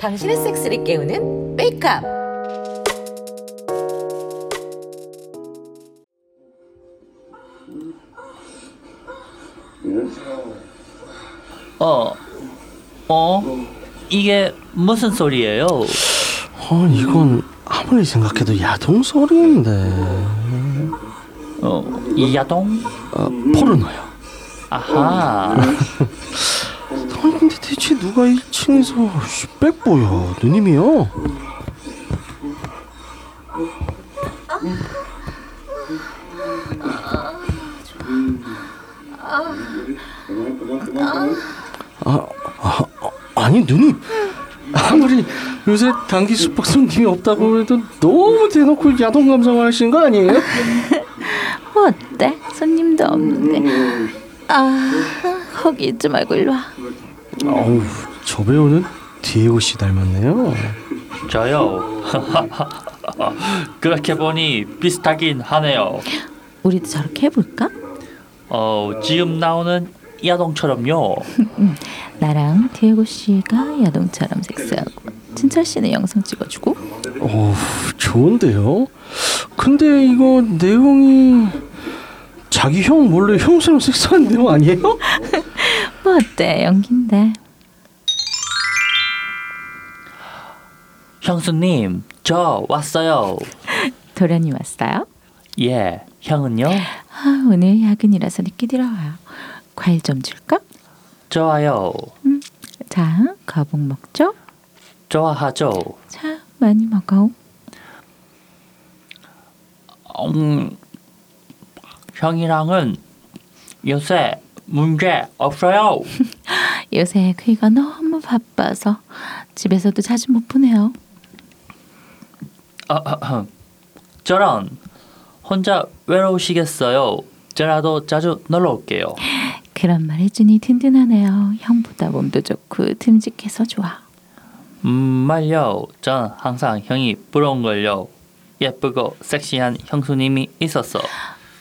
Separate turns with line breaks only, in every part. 당신의 섹스를 깨우는 메이크업.
어, 어, 이게 무슨 소리예요?
아 이건 아무리 생각해도 야동 소리인데
어, 이 야동?
아, 포르노요
아하,
아니 근데 대체 누가 1층에서 백보요 누님이요? 아, 아, 아, 아니 누님 아무리 요새 단기 숙박 손님이 없다고 해도 너무 대놓고 야동 감상하시는 거 아니에요?
어때? 손님도 없는데. 아, 거기 있지 말고 일로 와.
어우 저 배우는 디에고 씨 닮았네요.
저요. 그렇게 보니 비슷하긴 하네요.
우리도 저렇게 해볼까?
어, 지금 나오는 야동처럼요.
나랑 디에고 씨가 야동처럼 섹스하고 진철 씨는 영상 찍어주고
어 좋은데요. 근데 이거 내용이 자기 형 몰래 형수랑 섹스한 내용 아니에요?
뭐 어때? 연기인데.
형수님, 저 왔어요.
도련이 왔어요?
예, 형은요?
아, 오늘 야근이라서 늦게 들어와요. 과일 좀 줄까?
좋아요.
자, 거북 먹죠?
좋아하죠.
자, 많이 먹어.
음, 형이랑은 요새 문제 없어요.
요새 그이가 너무 바빠서 집에서도 자주 못 보내요.
아, 저런 혼자 외로우시겠어요. 저라도 자주 놀러 올게요.
그런 말 해주니 든든하네요. 형보다 몸도 좋고 듬직해서 좋아.
음, 말요. 전 항상 형이 부러운 걸요. 예쁘고 섹시한 형수님이 있었어.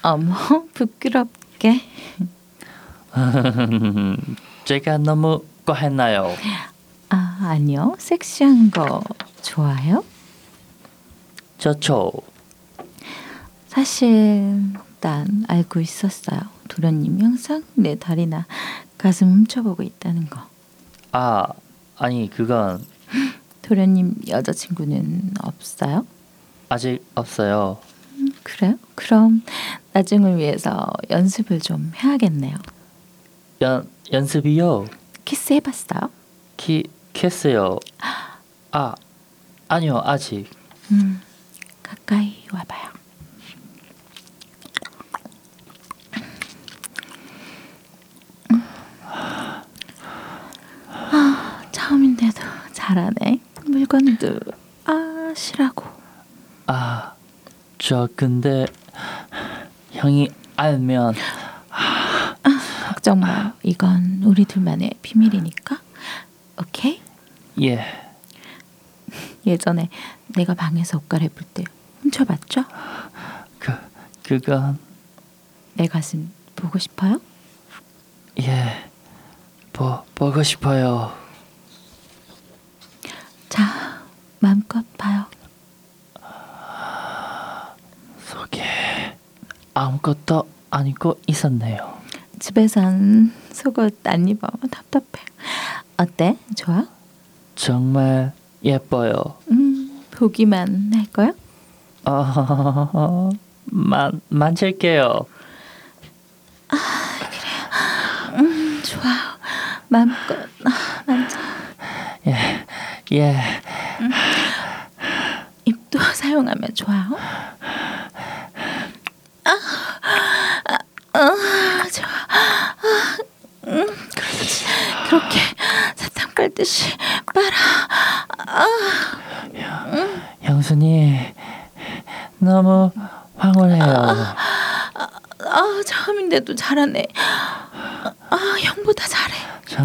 어머, 부끄럽게.
제가 너무 과했나요?
아, 아니요. 섹시한 거 좋아요?
저초.
사실 난 알고 있었어요. 도련님 항상 내 다리나 가슴 훔쳐보고 있다는 거.
아, 아니 그건
도련님 여자친구는 없어요?
아직 없어요.
음, 그래요? 그럼 나중을 위해서 연습을 좀 해야겠네요.
연 연습이요.
키스 해봤어요?
키 키스요. 아, 아니요 아직.
음, 가까이 와봐요. 음. 아, 처음인데도 잘하네. 물건도 아 싫라고.
아, 저 근데 형이 알면
걱정 마. 이건 우리 둘만의 비밀이니까. 오케이.
예,
예전에 내가 방에서 옷 갈아입을 때 훔쳐봤죠?
그 그건
내 가슴 보고 싶어요?
예, 보 보고 싶어요.
자, 마음껏 봐요.
속에 아무것도 안 입고 있었네요.
집에선 속옷 안 입어 답답해. 어때? 좋아?
정말 예뻐요.
음 보기만 할 거야?
어, 만 만질게요.
음, 좋아. 마음껏 아, 만져.
예,
입도 사용하면 좋아요. 아, 아, 아, 좋아. 아, 음, 그렇지. 그렇게 사탕 빨듯이 빨아.
형수님 너무 황홀해요.
아 처음인데도 잘하네. 아, 아 형보다 잘해.
저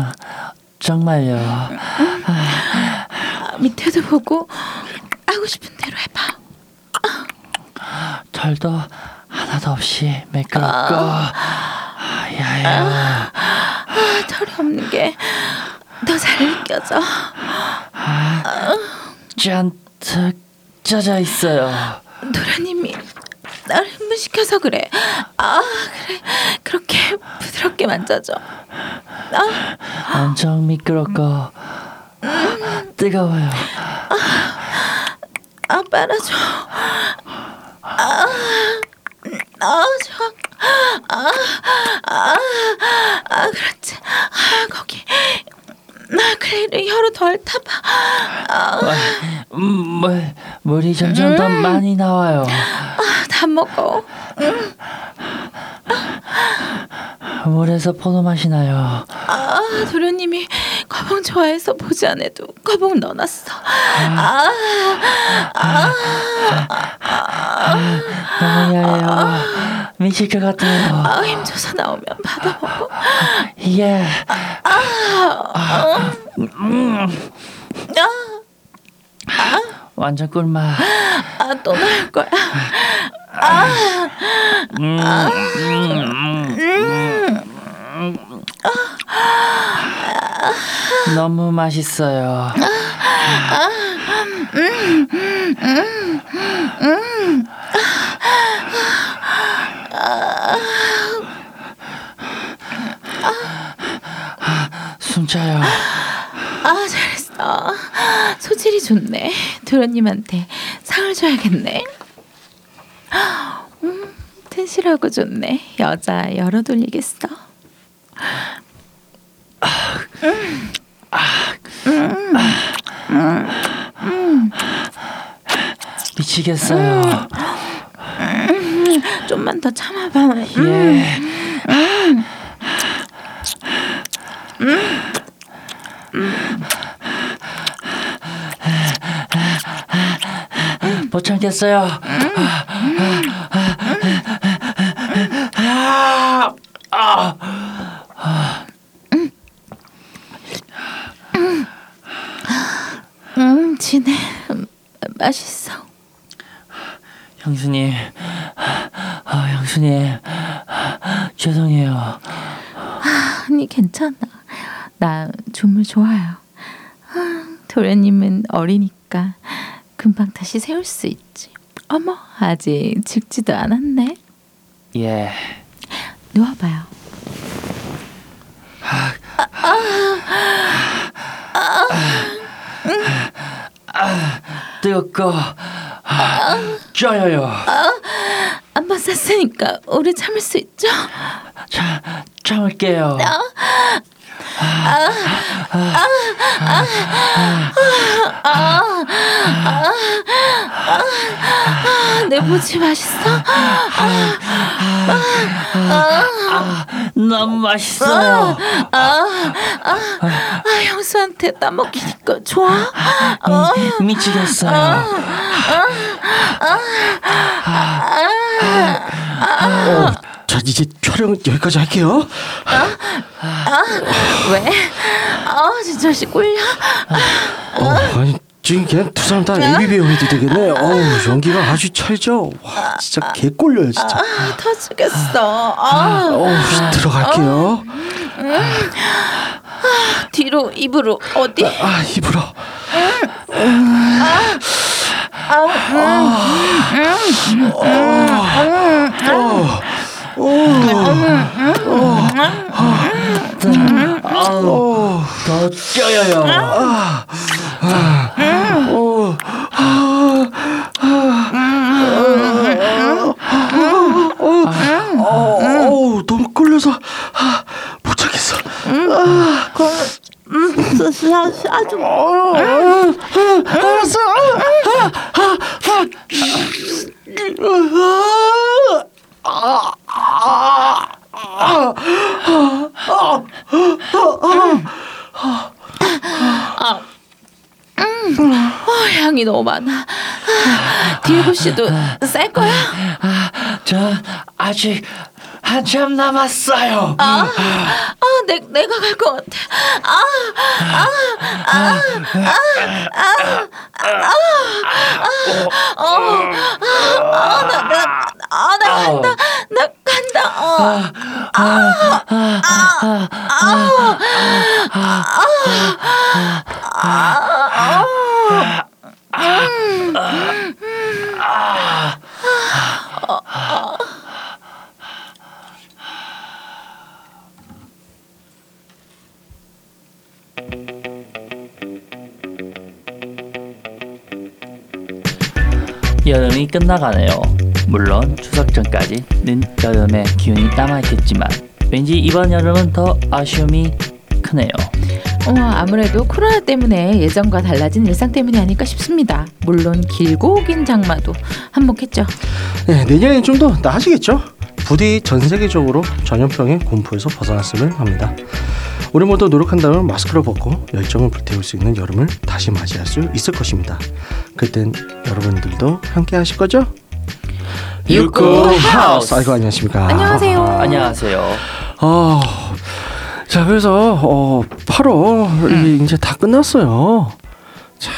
정말요.
아, 밑에도 보고 하고 싶은 대로 해봐.
털도 아, 하나도 없이 매끄럽고 야야
털이 없는 게 더 잘 느껴져.
잔뜩 짜져 있어요.
도련님이 나를 흥분시켜서 그래. 아 그래 그렇게 부드럽게 만져줘.
엄청 미끄럽고 뜨거워요.
아 빨아줘. 아, 아아줘아아아 아, 그렇지. 아 거기 나 그래 혀로 덜 타봐. 아,
음, 물, 물이 점점 더 많이 나와요.
아다 먹어.
물에서 포도 맛이 나요.
아 도련님이 거봉 좋아해서 보지 않아도 거봉 넣어놨어. 아
너무 야해요. 미칠 것 같아요.
아, 힘줘서 나오면 받아 먹어.
예. 아, 음. 완전 꿀맛.
아, 또 나올 거야.
음, 음, 음. 너무 맛있어요. 숨차요.
아, 잘했어. 소질이 좋네. 도련님한테 상을 줘야겠네. 음, 튼실하고 좋네. 여자 열어 돌리겠어.
미치겠어요.
좀만 더 참아봐. 음,
예. 못 참겠어요.
음, 진해. 음, 맛있어.
형수님, 아, 형수님, 죄송해요.
아니, 괜찮아. 나 조물 좋아요. 아, 도련님은 어리니까 금방 다시 세울 수 있지. 어머, 아직 죽지도 않았네.
예.
누워봐요.
뜨겁고 아, 쪄요.
한 번 쌌으니까 오래 참을 수 있죠?
참 참을게요.
아, 내 모지 맛있어?
너무 맛있어요.
아, 형수한테 따먹히니까 좋아?
미, 미치겠어요.
어, 자 이제 촬영 여기까지 할게요.
왜? 아, 진짜 씨 꿀려?
어, 아니 지금 그냥 두 사람 다 MB 배우 해도 되겠네. 어우 연기가 아주 찰져. 와 진짜 개꼴려요 진짜.
아, 터지겠어. 아,
어우 들어갈게요.
뒤로 입으로 어디?
아 입으로.
아우, 음,
어,
더 쪄요.
어. 어우 너무 꼴려서 아, 못 참겠어.
아주
알았어.
어, 향이 너무 많아. 아, 디에고 씨도 쌀 거야?
저 아직 한참 남았어요.
아, 내, 내가 갈 것 같아. 아, 아, 아, 아, 아, 아, 아, 아, 아, 아, 아, 나, 나, 아, 나
어,
간다. 나 간다. 어.
여름이 끝나가네요. 물론 추석 전까지는 여름의 기운이 남아있겠지만 왠지 이번 여름은 더 아쉬움이 크네요.
어, 아무래도 코로나 때문에 예전과 달라진 일상 때문이 아닐까 싶습니다. 물론 길고 긴 장마도 한몫했죠.
네, 내년엔 좀 더 나아지겠죠? 부디 전 세계적으로 전염병의 공포에서 벗어났음을 합니다. 우리 모두 노력한다면 마스크를 벗고 열정을 불태울 수 있는 여름을 다시 맞이할 수 있을 것입니다. 그땐 여러분들도 함께 하실 거죠?
육구 하우스.
아이고 안녕하십니까.
안녕하세요.
안녕하세요.
어, 자 그래서 어, 8월 이 이제 다 끝났어요.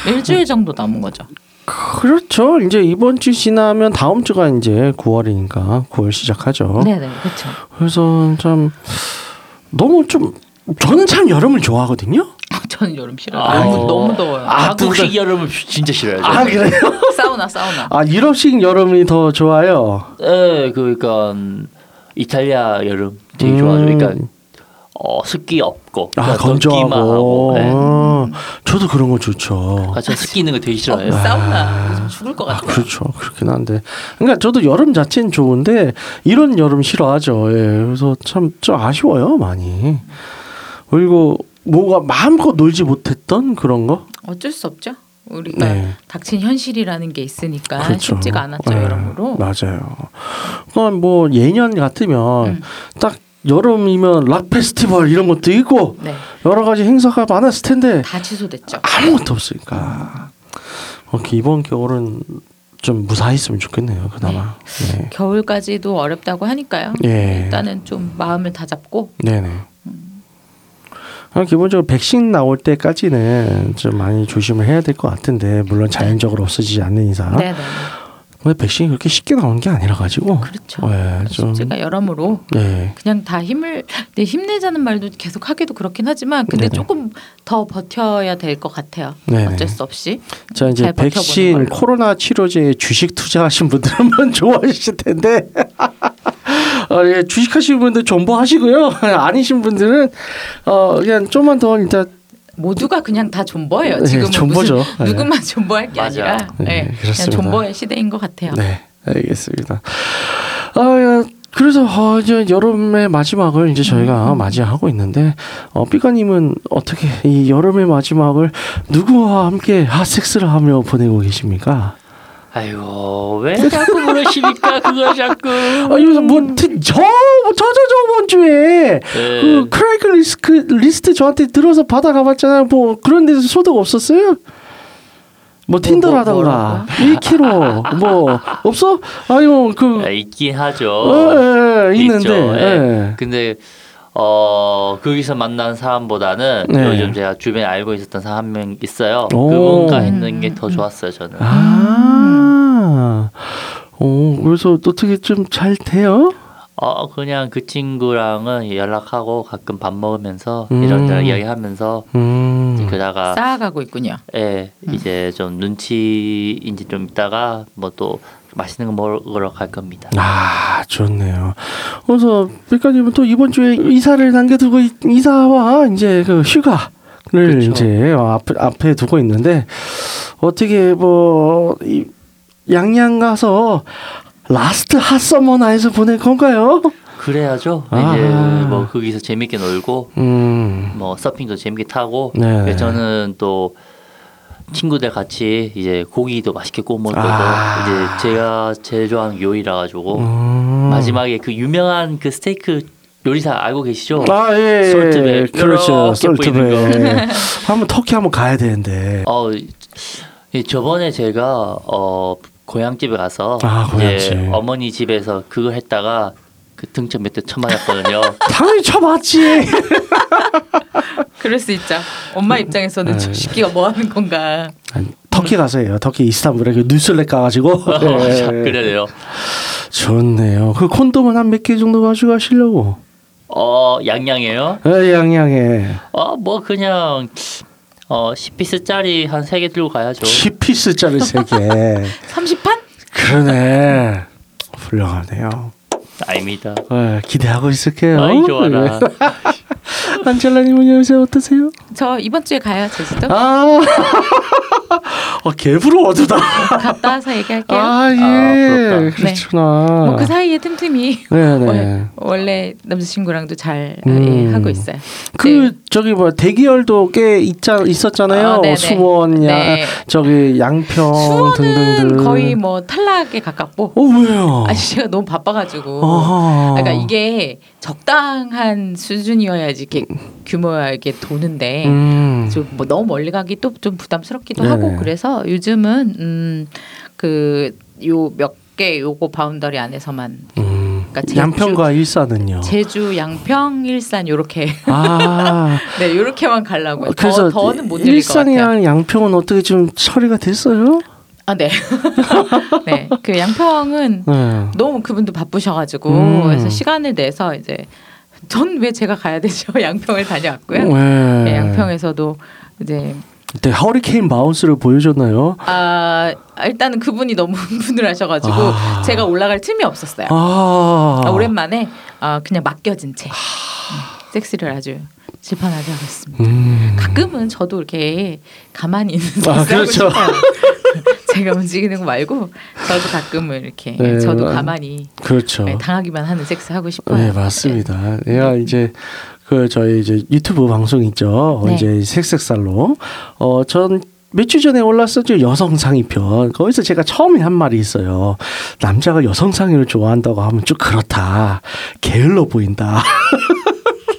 일주일 정도 남은 거죠.
그렇죠. 이제 이번 주 지나면 다음 주가 이제 9월이니까 9월 시작하죠.
네네, 그렇죠.
그래서 참 너무 좀 저는 참 여름을 좋아하거든요.
저는 여름 싫어요.
아,
너무,
어.
너무 더워요.
아,
두
한국식
달-
여름은 진짜 싫어요.
아 그래요?
사우나, 사우나.
아 유럽식 여름이 더 좋아요.
예, 그러니까 음, 이탈리아 여름 되게
음.
좋아하죠. 그러니까 어, 습기 없고
아
그러니까 덥기만
건조하고.
하고, 예.
어, 저도 그런 거 좋죠.
아, 저 습기 있는 거 되게 싫어해요.
어, 사우나. 요즘 죽을 것
아,
같아요.
그렇죠. 그렇긴 한데. 그러니까 저도 여름 자체는 좋은데 이런 여름 싫어하죠. 예. 그래서 참 좀 아쉬워요, 많이. 그리고 뭐가 마음껏 놀지 못했던 그런 거?
어쩔 수 없죠. 우리가
아. 네.
닥친 현실이라는 게 있으니까 아,
그렇죠.
쉽지가 않았죠,
예,
여러모로.
맞아요. 그러니까 뭐 예년 같으면
음.
딱 여름이면 락 페스티벌 이런 것도 있고
네,
여러 가지 행사가 많았을 텐데
다 취소됐죠.
아무것도 없으니까. 어, 이번 겨울은 좀 무사했으면 좋겠네요, 그나마. 네.
겨울까지도 어렵다고 하니까요.
예.
일단은 좀 마음을 다잡고
네네. 아, 기본적으로 백신 나올 때까지는 좀 많이 조심을 해야 될 것 같은데 물론 자연적으로 없어지지 않는 이상.
네네.
근데 백신이 그렇게 쉽게 나오는 게 아니라 가지고.
그렇죠.
예, 좀.
제가 여러모로
네.
그냥 다 힘을 네, 힘내자는 말도 계속 하기도 그렇긴 하지만 근데
네네.
조금 더 버텨야 될 것 같아요.
네네.
어쩔 수 없이.
자 이제
잘 버텨보는
백신
걸로.
코로나 치료제에 주식 투자하신 분들은 좋아하실 텐데. 어, 예, 주식하시는 분들 정보 하시고요. 아니신 분들은 어, 그냥 좀만 더 일단
모두가 그냥 다 존버예요.
네,
지금은
존버죠.
무슨
네.
누구만 존버할 게
맞아요.
아니라
네,
네, 그냥
그렇습니다.
존버의 시대인 것 같아요.
네, 알겠습니다. 아, 야, 그래서 어, 이제 여름의 마지막을 이제 저희가 맞이하고 있는데 어, 삐까님은 어떻게 이 여름의 마지막을 누구와 함께 아, 핫섹스를 하며 보내고 계십니까?
아이고 왜 자꾸 그러십니까 그거 자꾸.
아, 요새 뭐저저저 저번 주에
네.
그 크라이크 리스크 리스트 저한테 들어서 받아가봤잖아요. 뭐 그런 데서 소득 없었어요? 뭐 틴더라던가 1kg 뭐 없어? 아유 그
아, 있긴 하죠.
예, 예, 있는데.
있죠. 예.
예.
근데 어 거기서 만난 사람보다는
네.
요즘 제가 주변에 알고 있었던 사람 한 명 있어요.
오.
그분과 있는 게 더 좋았어요 저는.
아. 어, 그래서 어떻게 좀 잘 돼요?
어 그냥 그 친구랑은 연락하고 가끔 밥 먹으면서
음.
이런저런 이야기하면서
음.
그러다가
쌓아가고 있군요.
예 이제 좀 눈치인지 좀 있다가 뭐 또 맛있는 거 먹으러 갈 겁니다.
아, 좋네요. 그래서 백가님은 또 이번 주에 이사를 남겨두고 이- 이사와 이제 그 휴가를
그렇죠.
이제 앞, 앞에 두고 있는데 어떻게 뭐 이, 양양 가서 라스트 핫서머 나에서 보낼 건가요?
그래야죠.
아.
이제 뭐 거기서 재밌게 놀고
음.
뭐 서핑도 재밌게 타고
네.
그래서 저는 또 친구들 같이 이제 고기도 맛있게 구워 먹을 거고
아.
이제 제가 제일 좋아하는 요리라 가지고
음.
마지막에 그 유명한 그 스테이크 요리사 알고 계시죠?
아, 예.
솔트백.
그렇죠.
요렇게 보이는
솔트백. 한번 터키 한번 가야 되는데.
어 이- 저번에 제가 어 고향집에 가서
아,
이제
고향집.
어머니 집에서 그거 했다가 그 등짝 몇대 쳐맞았거든요.
당연히 쳐봤지.
그럴 수 있죠.
네.
엄마 입장에서는 저 새끼가 뭐 하는 건가.
어,
터키 가서 해요. 터키 이스탄불에 그 뉴슬렛 가가지고. 예.
그래요.
좋네요. 그 콘돔은 한 몇 개 정도 가져가시려고.
어 양양이에요?
에이, 양양에.
어 뭐 그냥 어 10피스짜리 한 세 개 들고 가야죠.
10피스짜리 3개.
30판?
그러네. 훌륭하네요.
아닙니다.
에, 기대하고 있을게요. 네.
아이 좋아라.
안젤라님은 요새 어떠세요?
저 이번 주에 가요 제주도.
아, 아 개부로 얻으다.
갔다 와서 얘기할게요.
아, 예.
아, 부럽다.
그렇구나.
네. 뭐 그 사이에 어, 예. 틈틈이
네네.
원- 원래 남자친구랑도 잘
음.
예, 하고 있어요.
그
네.
저기 뭐 대기열도 꽤 있자, 있었잖아요.
아, 네네.
수원, 야,
네.
저기 양평
수원은
어, 등등등.
거의 뭐 탈락에 가깝고
어 왜요?
아저씨가 너무 바빠가지고.
어허.
그러니까 이게 적당한 수준이어야지 이렇게 규모가 이렇게 도는데
음.
좀뭐 너무 멀리 가기 또 좀 부담스럽기도
네네.
하고 그래서 요즘은 음, 음그요 몇 개 요거 바운더리 안에서만
음.
그러니까 제주-
양평과 일산은요.
제주, 양평, 일산 요렇게
아
네 요렇게만 가려고요.
어, 그래서
더, 더는 못 들릴 것 같아요.
일산이랑 양평은 어떻게 좀 처리가 됐어요?
아 네. 네. 그 양평은
네.
너무 그분도 바쁘셔가지고
음.
그래서 시간을 내서 이제 전 왜 제가 가야 되죠? 양평을 다녀왔고요.
네.
네, 양평에서도 이제
그때 허리케인 마운스를 보여줬나요?
아 일단은 그분이 너무 흥분을 하셔가지고
아.
제가 올라갈 틈이 없었어요.
아,
아, 오랜만에 아, 그냥 맡겨진 채 음, 섹스를 아주 질판하게 하고 있습니다.
음.
가끔은 저도 이렇게 가만히 있는
아,
섹스하고
그렇죠.
싶어요. 제가 움직이는 거 말고 저도 가끔은 이렇게
네,
저도
아,
가만히
그렇죠.
네, 당하기만 하는 섹스 하고 싶어요.
네 맞습니다. 얘가 이제 그 저희 이제 유튜브 방송 있죠.
네.
이제 색색살로 어전 몇 주 전에 올랐었죠 여성 상의편 거기서 제가 처음에 한 말이 있어요 남자가 여성 상의를 좋아한다고 하면 쭉 그렇다 게을러 보인다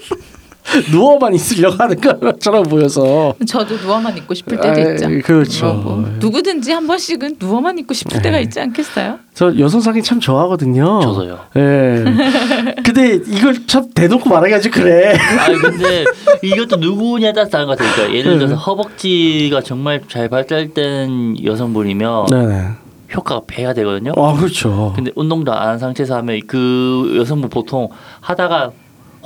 누워만 있으려고 하는 것처럼 보여서
네. 저도 누워만 있고 싶을 때도
아이,
있죠.
그렇죠. 네.
뭐, 뭐, 누구든지 한 번씩은 누워만 있고 싶을 때가 있지 않겠어요?
저 여성 상의 참 좋아하거든요.
저도요.
예. 근데 이걸 참 대놓고 말하기가 좀 그래.
아 근데 이것도 누구냐에 따라서 다른 것 같아요. 그러니까 예를
음.
들어서 허벅지가 정말 잘 발달된 여성분이면
네네.
효과가 배가 되거든요.
아 그렇죠.
근데 운동도 안 한 상태에서 하면 그 여성분 보통 하다가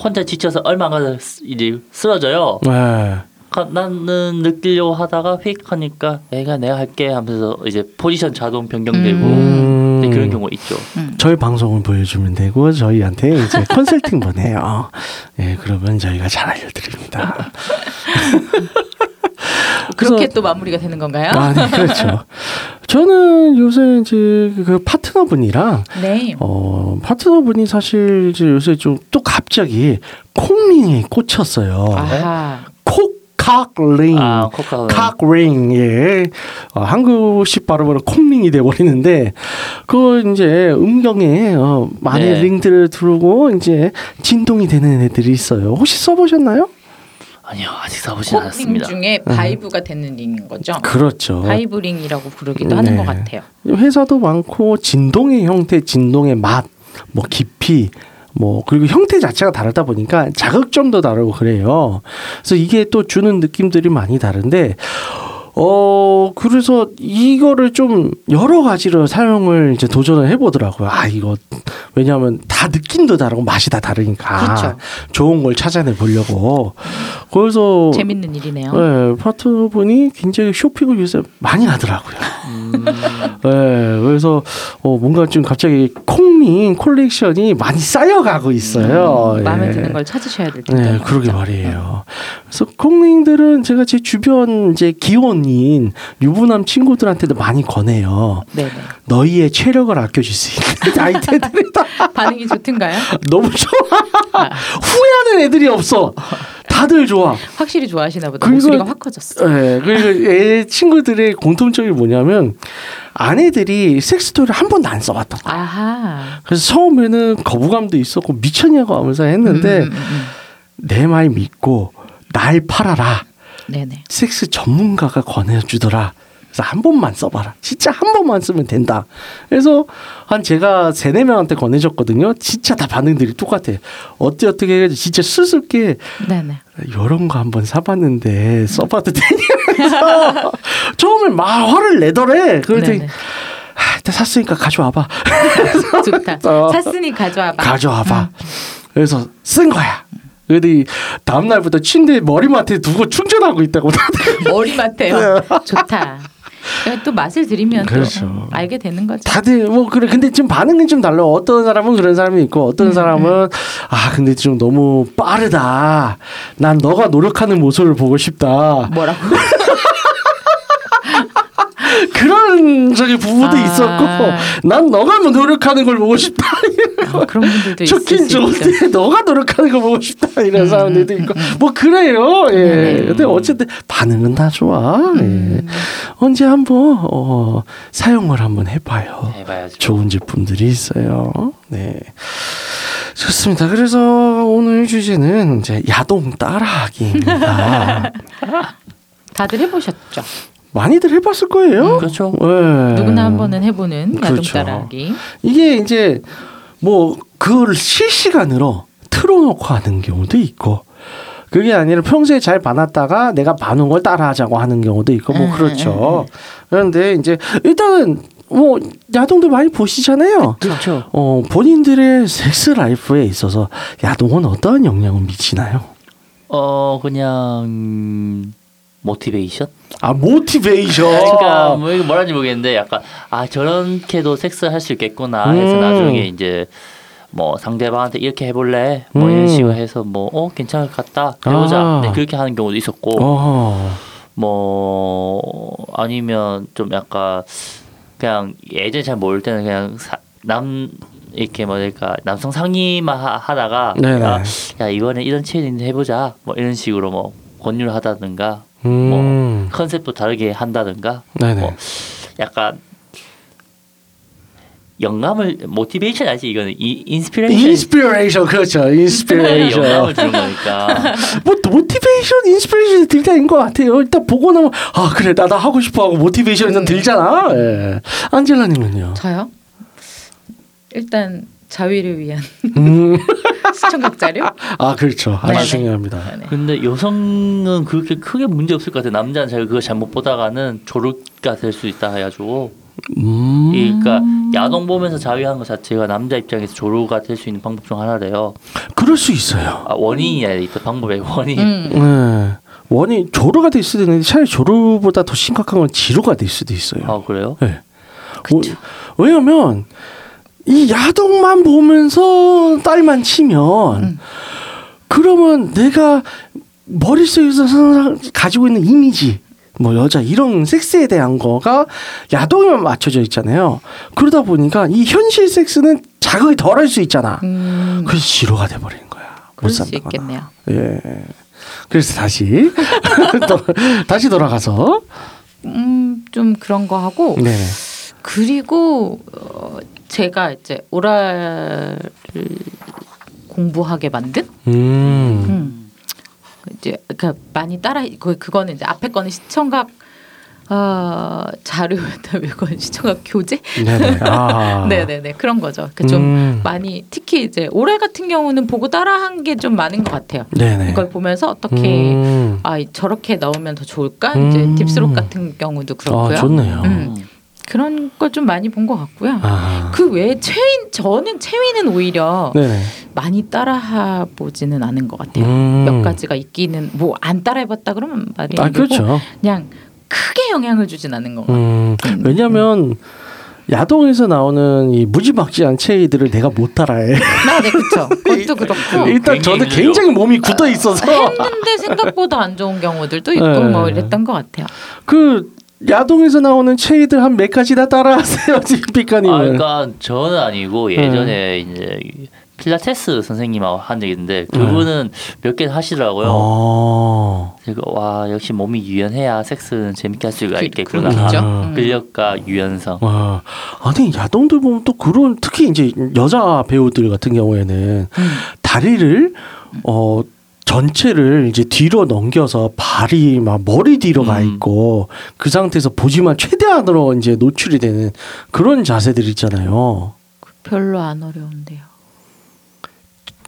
혼자 지쳐서 얼마 안 가서 쓰- 이제 쓰러져요.
네.
가- 나는 느끼려고 하다가 휙 하니까 내가 내가 할게 하면서 이제 포지션 자동 변경되고
음.
네, 그런 경우 있죠.
저희 방송을 보여주면 되고 저희한테 이제 컨설팅 보내요. 예, 그러면 저희가 잘 알려드립니다.
그렇게 또 마무리가 되는 건가요?
아, 네, 그렇죠. 저는 요새 이제 그 파트너분이랑
네.
어 파트너분이 사실 이제 요새 좀 또 갑자기 콩링이 꽂혔어요. 네.
아하.
음. 콕카링.
아 코카
칵링 예 어, 한국식 발음으로 콩링이 돼버리는데 그 이제 음경에 어, 많은
네.
링들을 두르고 이제 진동이 되는 애들이 있어요 혹시 써보셨나요?
아니요 아직 사보진
코팅
않았습니다.
중에 바이브가 되는 링인 거죠?
음. 그렇죠
아, 바이브링이라고 부르기도 하는
네.
것 같아요.
회사도 많고 진동의 형태 진동의 맛 뭐 깊이 뭐 그리고 형태 자체가 다르다 보니까 자극점도 다르고 그래요. 그래서 이게 또 주는 느낌들이 많이 다른데 어 그래서 이거를 좀 여러 가지로 사용을 이제 도전을 해보더라고요. 아 이거 왜냐하면 다 느낌도 다르고 맛이 다 다르니까
그렇죠.
좋은 걸 찾아내 보려고 그래서
재밌는 일이네요.
네, 파트너분이 굉장히 쇼핑을 요새 많이 하더라고요.
음.
네, 그래서 어, 뭔가 좀 갑자기 콩민 컬렉션이 많이 쌓여가고 있어요.
음, 마음에
예.
드는 걸 찾으셔야 될 텐데.
네, 그러게 말이에요. 그래서 콩링들은 제가 제 주변 이제 기혼인 유부남 친구들한테도 많이 권해요.
네네.
너희의 체력을 아껴줄 수 있는 아이템들이다.
반응이 좋든가요?
너무 좋아. 후회하는 애들이 없어. 다들 좋아.
확실히 좋아하시나 보다.
그리고-
목소리가 확 커졌어.
예, 그리고 애 친구들의 공통점이 뭐냐면 아내들이 섹스토이를 한 번도 안 써봤던 거예요.
아하.
그래서 처음에는 거부감도 있었고 미쳤냐고 하면서 했는데
음, 음, 음.
내 말 믿고 날 팔아라.
네네.
섹스 전문가가 권해주더라. 그래서 한 번만 써봐라. 진짜 한 번만 쓰면 된다. 그래서 한 제가 세네 명한테 권해줬거든요. 진짜 다 반응들이 똑같아. 어떻게 어떻게 해가지고 진짜 수습게
네네.
이런 거 한번 사봤는데 써봐도 되냐? 그래서 처음에 막 화를 내더래. 그랬더니
네네.
아, 일단 샀으니까 가져와봐.
좋다.
어.
샀으니 가져와봐.
가져와봐. 그래서 쓴 거야. 근데 이 다음 날부터 침대 머리맡에 두고 충전하고 있다고.
머리맡에요. 좋다. 그러니까 또 맛을 들이면
네. 그렇죠.
또 알게 되는 거죠.
다들 뭐 그래. 근데 지금 반응은 좀 달라. 어떤 사람은 그런 사람이 있고 어떤
음,
사람은 아 근데 좀 너무 빠르다. 난 너가 노력하는 모습을 보고 싶다.
뭐라고?
그런 저기 부부도
아.
있었고 난 너가 뭐 노력하는 걸 보고 싶다.
어, 그런 분들도 있을 수
좋긴
있죠.
좋은데 너가 노력하는 걸 보고 싶다 이런 사람들도 있고 뭐 그래요.
음,
예.
네.
근데 어쨌든 반응은 다 좋아. 예. 언제 한번 어, 사용을 한번 해봐요.
해봐야죠.
좋은 제품들이 있어요. 네. 좋습니다. 그래서 오늘 주제는 이제 야동 따라하기입니다.
다들 해보셨죠?
많이들 해봤을 거예요.
그렇죠.
예.
음, 누구나 한 번은 해보는 야동
그렇죠.
따라하기.
이게 이제 뭐 그걸 실시간으로 틀어놓고 하는 경우도 있고 그게 아니라 평소에 잘 봐놨다가 내가 봐놓은 걸 따라하자고 하는 경우도 있고 뭐
음,
그렇죠. 그런데 이제 일단은 뭐 야동도 많이 보시잖아요.
그렇죠.
어 본인들의 섹스 라이프에 있어서 야동은 어떠한 영향을 미치나요?
어 그냥 음, 모티베이션?
아 모티베이션. 어.
그러니까 뭐 이거 뭐라는지 모르겠는데 약간 아 저렇게도 섹스할 수 있겠구나 해서
음.
나중에 이제 뭐 상대방한테 이렇게 해볼래 뭐
음.
이런 식으로 해서 뭐어 괜찮을 것 같다 해보자
아.
네, 그렇게 하는 경우도 있었고
어.
뭐 아니면 좀 약간 그냥 예전에 잘 모를 때는 그냥 사, 남 이렇게 뭐랄까 남성 상의만 하, 하다가
네네.
아, 야 이번에 이런 체인 해보자 뭐 이런 식으로 뭐 권유를 하다든가
음.
컨셉도 다르게 한다든가
네네.
뭐 약간 영감을 모티베이션 아니지 이거는 이 인스피레이션
인스피레이션 그렇죠. 인스피레이션.
네, 영감을 주는 거니까
뭐 모티베이션, 인스피레이션이 들다인 것 같아요. 일단 보고 나면 아 그래 나도 하고 싶어 하고 모티베이션이 일단 들잖아. 예. 안젤라님은요.
저요? 일단 자위를 위한
음.
시청각 자료.
아 그렇죠. 아주
네네.
중요합니다.
네.
근데 여성은 그렇게 크게 문제 없을 것 같아. 남자는 잘 그거 잘못 보다가는 조르가 될 수 있다 해가지고,
음.
이 그러니까 야동 보면서 자위한 것 자체가 남자 입장에서 조르가 될 수 있는 방법 중 하나래요.
그럴 수 있어요.
아, 원인이 아니라 방법의 원인.
음.
네. 원이 조루가 될 수도 있는데 차라리 조루보다 더 심각한 건 지루가 될 수도 있어요.
아 그래요?
네. 어, 왜냐면 이 야동만 보면서 딸만 치면
음.
그러면 내가 머릿속에서 항상 가지고 있는 이미지 뭐 여자 이런 섹스에 대한 거가 야동에만 맞춰져 있잖아요. 그러다 보니까 이 현실 섹스는 자극이 덜할 수 있잖아.
음.
그래서 지루가 돼버리는 거야. 못
그럴 수
산다거나.
있겠네요.
예. 그래서 다시 또 다시 돌아가서
음, 좀 그런 거 하고
네.
그리고 어, 제가 이제 오랄을 공부하게 만든
음.
음. 이제 그러니까 많이 따라 그 그거는 이제 앞에 거는 시청각 어, 자료였다면 그건 시청각 교재
네네. 아.
네네네 그런 거죠. 그 좀
음.
많이 특히 이제 오랄 같은 경우는 보고 따라한 게 좀 많은 것 같아요.
네네.
이걸 보면서 어떻게
음.
아 저렇게 넣으면 더 좋을까
음.
이제 딥스록 같은 경우도 그렇고요.
아, 좋네요.
음. 그런 거 좀 많이 본 것 같고요.
아.
그 외에 최인 저는 최인은 오히려
네네.
많이 따라해 보지는 않은 것 같아요.
음.
몇 가지가 있기는 뭐 안 따라해봤다 그러면 말이
아,
안 되고
그렇죠.
그냥 크게 영향을 주진 않은 것 같아요.
음.
음.
왜냐면 야동에서 나오는 이 무지막지한 체이들을 내가 못 따라해.
아, 네, 그렇죠. 그것도 그렇고
일단 저는
굉장히
굉장히 몸이 굳어 있어서
했는데 생각보다 안 좋은 경우들도 있고
네.
뭐 이랬던 것 같아요.
그 야동에서 나오는 체이들 한 몇 가지 다 따라하세요, 지금
아,
피카님은.
그러니까 저는
음.
아니고 예전에 이제 필라테스 선생님하고 한 적이 있는데 그분은
음.
몇 개 하시더라고요.
어.
제가 와 역시 몸이 유연해야 섹스는 재밌게 할 수가
그-
있겠구나.
그렇죠.
아.
음.
근력과 유연성.
와, 아니 야동들 보면 또 그런 특히 이제 여자 배우들 같은 경우에는
음.
다리를 어 전체를 이제 뒤로 넘겨서 발이 막 머리 뒤로 가
음.
있고 그 상태에서 보지만 최대한으로 이제 노출이 되는 그런 자세들 있잖아요.
별로 안 어려운데요.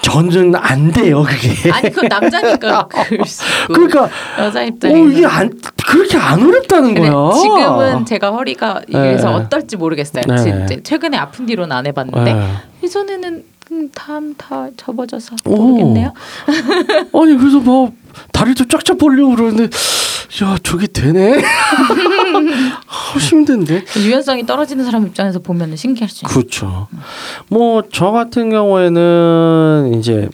저는 안 돼요 그게.
아니 그건 남자니까 그럴 수 있고
그러니까
여자
어 이게
입장에서
안 그렇게 안 어렵다는
근데
거야.
음. 지금은 제가 허리가 그래서
네.
어떨지 모르겠어요.
네.
진짜 최근에 아픈 뒤로는 안 해봤는데
네.
이전에는 음, 다음 다 접어져서
오.
모르겠네요.
아니 그래서 막 다리도 쫙쫙 벌리고 그러는데 야 저게 되네. 아, 힘든데.
유연성이 떨어지는 사람 입장에서 보면 신기할 수 있어요.
그렇죠. 뭐 저 같은 경우에는 이제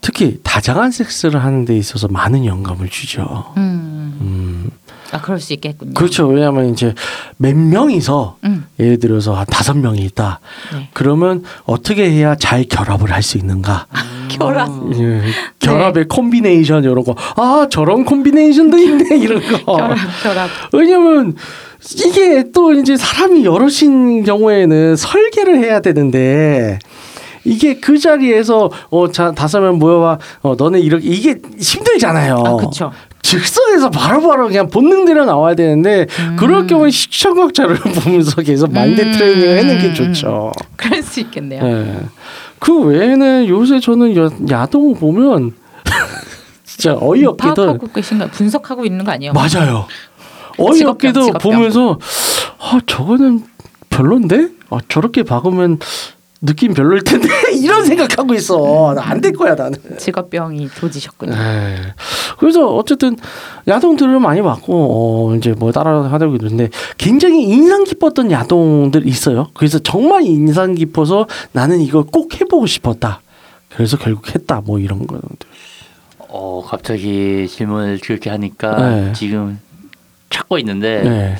특히 다장한 섹스를 하는 데 있어서 많은 영감을 주죠.
음,
음.
아 그럴 수 있겠군요.
그렇죠. 왜냐하면 이제 몇 명이서
음,
예를 들어서 한 다섯 명이 있다.
네.
그러면 어떻게 해야 잘 결합을 할 수 있는가?
아. 결합.
예,
네.
결합의 콤비네이션 이런 거. 아 저런 콤비네이션도 있네 이런 거.
결합, 결합.
왜냐면 이게 또 이제 사람이 여럿인 경우에는 설계를 해야 되는데 이게 그 자리에서 어자 다섯 명 모여봐 어 너네 이렇게 이게 힘들잖아요.
아, 그렇죠.
즉석에서 바로바로 그냥 본능대로 나와야 되는데 그럴 경우에 시청각자를 보면서 계속 마인드
음.
트레이닝을 해는 게 좋죠.
그럴 수 있겠네요.
예. 그 외에는 요새 저는 야, 야동을 보면 진짜 어이없기도
파악하고 계신가 분석하고 있는 거 아니에요?
맞아요.
직업병,
어이없게도
직업병.
보면서 아 저거는 별론데 아 저렇게 박으면 느낌 별로일 텐데 이런 생각하고 있어 나 안 될 거야 나는.
직업병이 조지셨군요.
에 그래서 어쨌든 야동들을 많이 봤고 어 이제 뭐 따라 하려고 했는데 굉장히 인상 깊었던 야동들 있어요. 그래서 정말 인상 깊어서 나는 이걸 꼭 해보고 싶었다. 그래서 결국 했다 뭐 이런 거들.
어 갑자기 질문을 그렇게 하니까
네.
지금 찾고 있는데
네.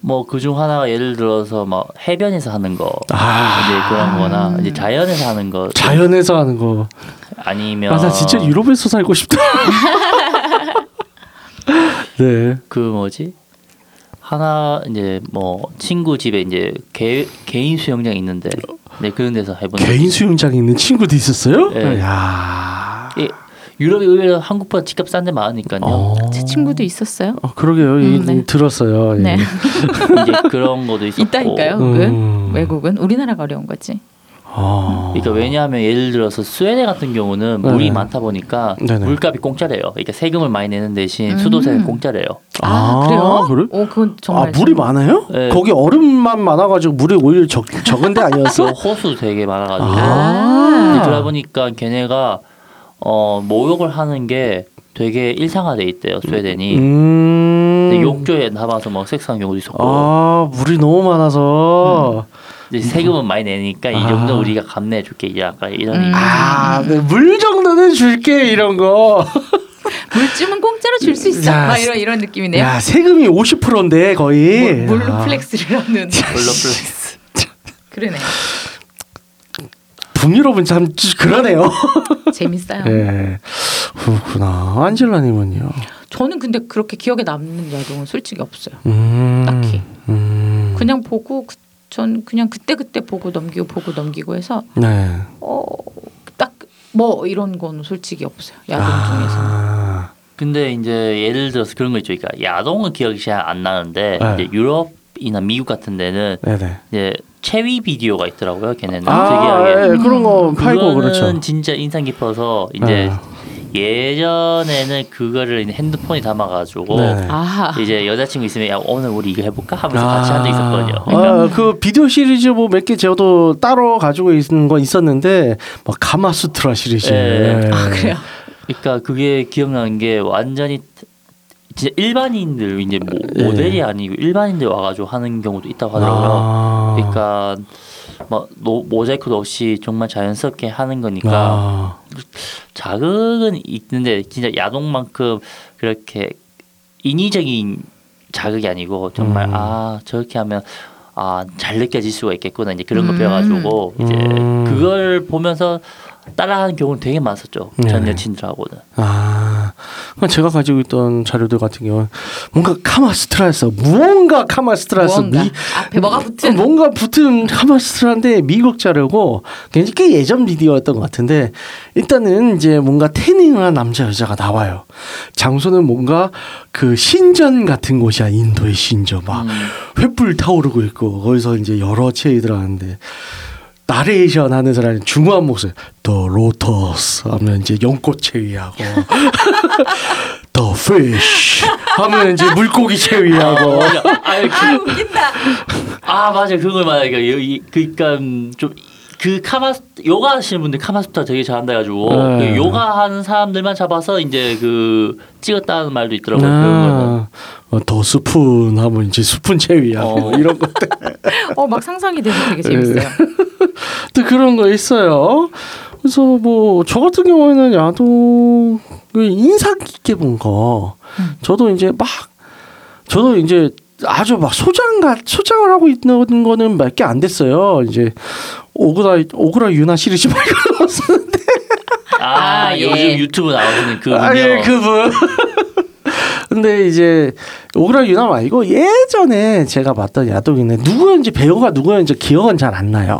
뭐 그 중 하나가 예를 들어서 막 해변에서 하는 거뭐
아.
이제 그런거나 이제 자연에서 하는 거
자연에서 하는 거.
아니면
아 나 진짜 유럽에서 살고 싶다. 네.
그 뭐지 하나 이제 뭐 친구 집에 이제 개, 개인 수영장 있는데 네 그런 데서 해보는
개인 수영장에 있는 친구도 있었어요?
네.
야.
예, 유럽이 의외로 한국보다 집값 싼 데 많으니까요
제 친구도 있었어요.
어, 그러게요. 이
음, 네.
들었어요. 예.
네.
이제 그런 것도 있었고
있다니까요.
음.
은 외국은 우리나라가 어려운 거지.
아.
그러니까 왜냐하면 예를 들어서 스웨덴 같은 경우는
네네.
물이 많다 보니까
네네.
물값이 공짜래요. 그러니까 세금을 많이 내는 대신
음.
수도세는 공짜래요.
아, 그래요?
그래?
오 그건 정말
아 물이 많아요?
네.
거기 얼음만 많아가지고 물이 오히려 적, 적은 데
그
아니었어?
호수 되게 많아가지고
아.
근데 들어보니까 걔네가 어, 목욕을 하는 게 되게 일상화돼 있대요 스웨덴이.
음.
근데 네. 욕조에 남아서 막 섹스한 경우도 있었고
아 물이 너무 많아서
이제 세금은 많이 내니까 이
아.
정도 우리가 감내해줄게 이제 약간 이런
음.
아물 정도는 줄게 이런 거.
물쯤은 공짜로 줄 수 있어.
야,
막 이런 이런 느낌이네요.
야 세금이 50%인데 거의.
물, 로
아,
플렉스를 하는.
블러플렉스
그러네.
북유럽은 참 그러네요.
재밌어요.
네.
예. 그렇구나. 안젤라님은요.
저는 근데 그렇게 기억에 남는 야동은 솔직히 없어요.
음.
딱히.
음.
그냥 보고 그, 전 그냥 그때 그때 보고 넘기고 보고 넘기고 해서 어,
네.
어딱 뭐 이런 건 솔직히 없어요. 야동 중에서.
아.
근데 이제 예를 들어서 그런 거 있죠. 그러니까 야동은 기억이 잘 안 나는데
네.
이제 유럽이나 미국 같은 데는
네네.
이제 체위 비디오가 있더라고요. 걔네는
아,
특이하게.
예, 그런 거 팔고
그거는
그렇죠.
진짜 인상 깊어서 이제
아.
예전에는 그거를 이제 핸드폰에 담아가지고
네네.
아.
이제 여자친구 있으면 야 오늘 우리 이거 해볼까 하면서 같이 한 적 있었거든요. 그러니까
아, 그 비디오 시리즈 뭐 몇 개 저도 따로 가지고 있는 거 있었는데 막 가마수트라 시리즈.
예.
아 그래요.
그러니까 그게 기억나는 게 완전히 진짜 일반인들 이제 모,
예.
모델이 아니고 일반인들 와가지고 하는 경우도 있다고 하더라고요.
아.
그러니까 막 노- 모자이크도 없이 정말 자연스럽게 하는 거니까
아.
자극은 있는데 진짜 야동만큼 그렇게 인위적인 자극이 아니고 정말
음.
아 저렇게 하면 아 잘 느껴질 수가 있겠구나 이제 그런 거
음.
배워가지고 이제
음.
그걸 보면서 따라하는 경우는 되게 많았었죠 전
네네.
여친들하고는
아. 그러니까 제가 가지고 있던 자료들 같은 경우는 뭔가 카마스트라에서 무언가 카마스트라에서
무언가
미, 어,
앞에 뭐가 붙은
뭔가 붙은 카마스트라인데 미국 자료고 굉장히 꽤 예전 비디오였던 것 같은데 일단은 이제 뭔가 태닝한 남자 여자가 나와요. 장소는 뭔가 그 신전 같은 곳이야 인도의
음.
음.
신전 막 횃불 타오르고 있고 거기서 이제 여러 체이들 하는데 나레이션 하는 사람이 중후한 목소리 더 로터스 하면 이제 연꽃체위하고 더 피쉬 하면 이제 물고기 체위하고
맞아. 아,
아
뭐.
그,
웃긴다.
아 맞아 그걸 말해. 그러니까 이- 그러니까 좀 그 카마 요가 하시는 분들 카마스타 되게 잘한다 해가지고
네.
그 요가 하는 사람들만 잡아서 이제 그 찍었다는 말도 있더라고요. 그거는.
아, 어, 더 스푼 하면 이제 스푼 체위하고
어.
이런 것들
어 막 상상이 돼서 되게 재밌어요.
네. 또 그런 거 있어요. 그래서 뭐 저 같은 경우에는 야동 그 인상 깊게 본 거 저도 이제 막 저도 이제 아주 막 소장가 소장을 하고 있는 거는 몇 개 안 됐어요. 이제 오그라 오그라 유나 시리즈 막 이런 거 쓰는데
아,
아, 예.
요즘 유튜브 나오시는 그
아예
분이요.
그분. 근데 이제 오그라 유나 말고 예전에 제가 봤던 야동인데 누구였는지 배우가 누구였는지 기억은 잘 안 나요.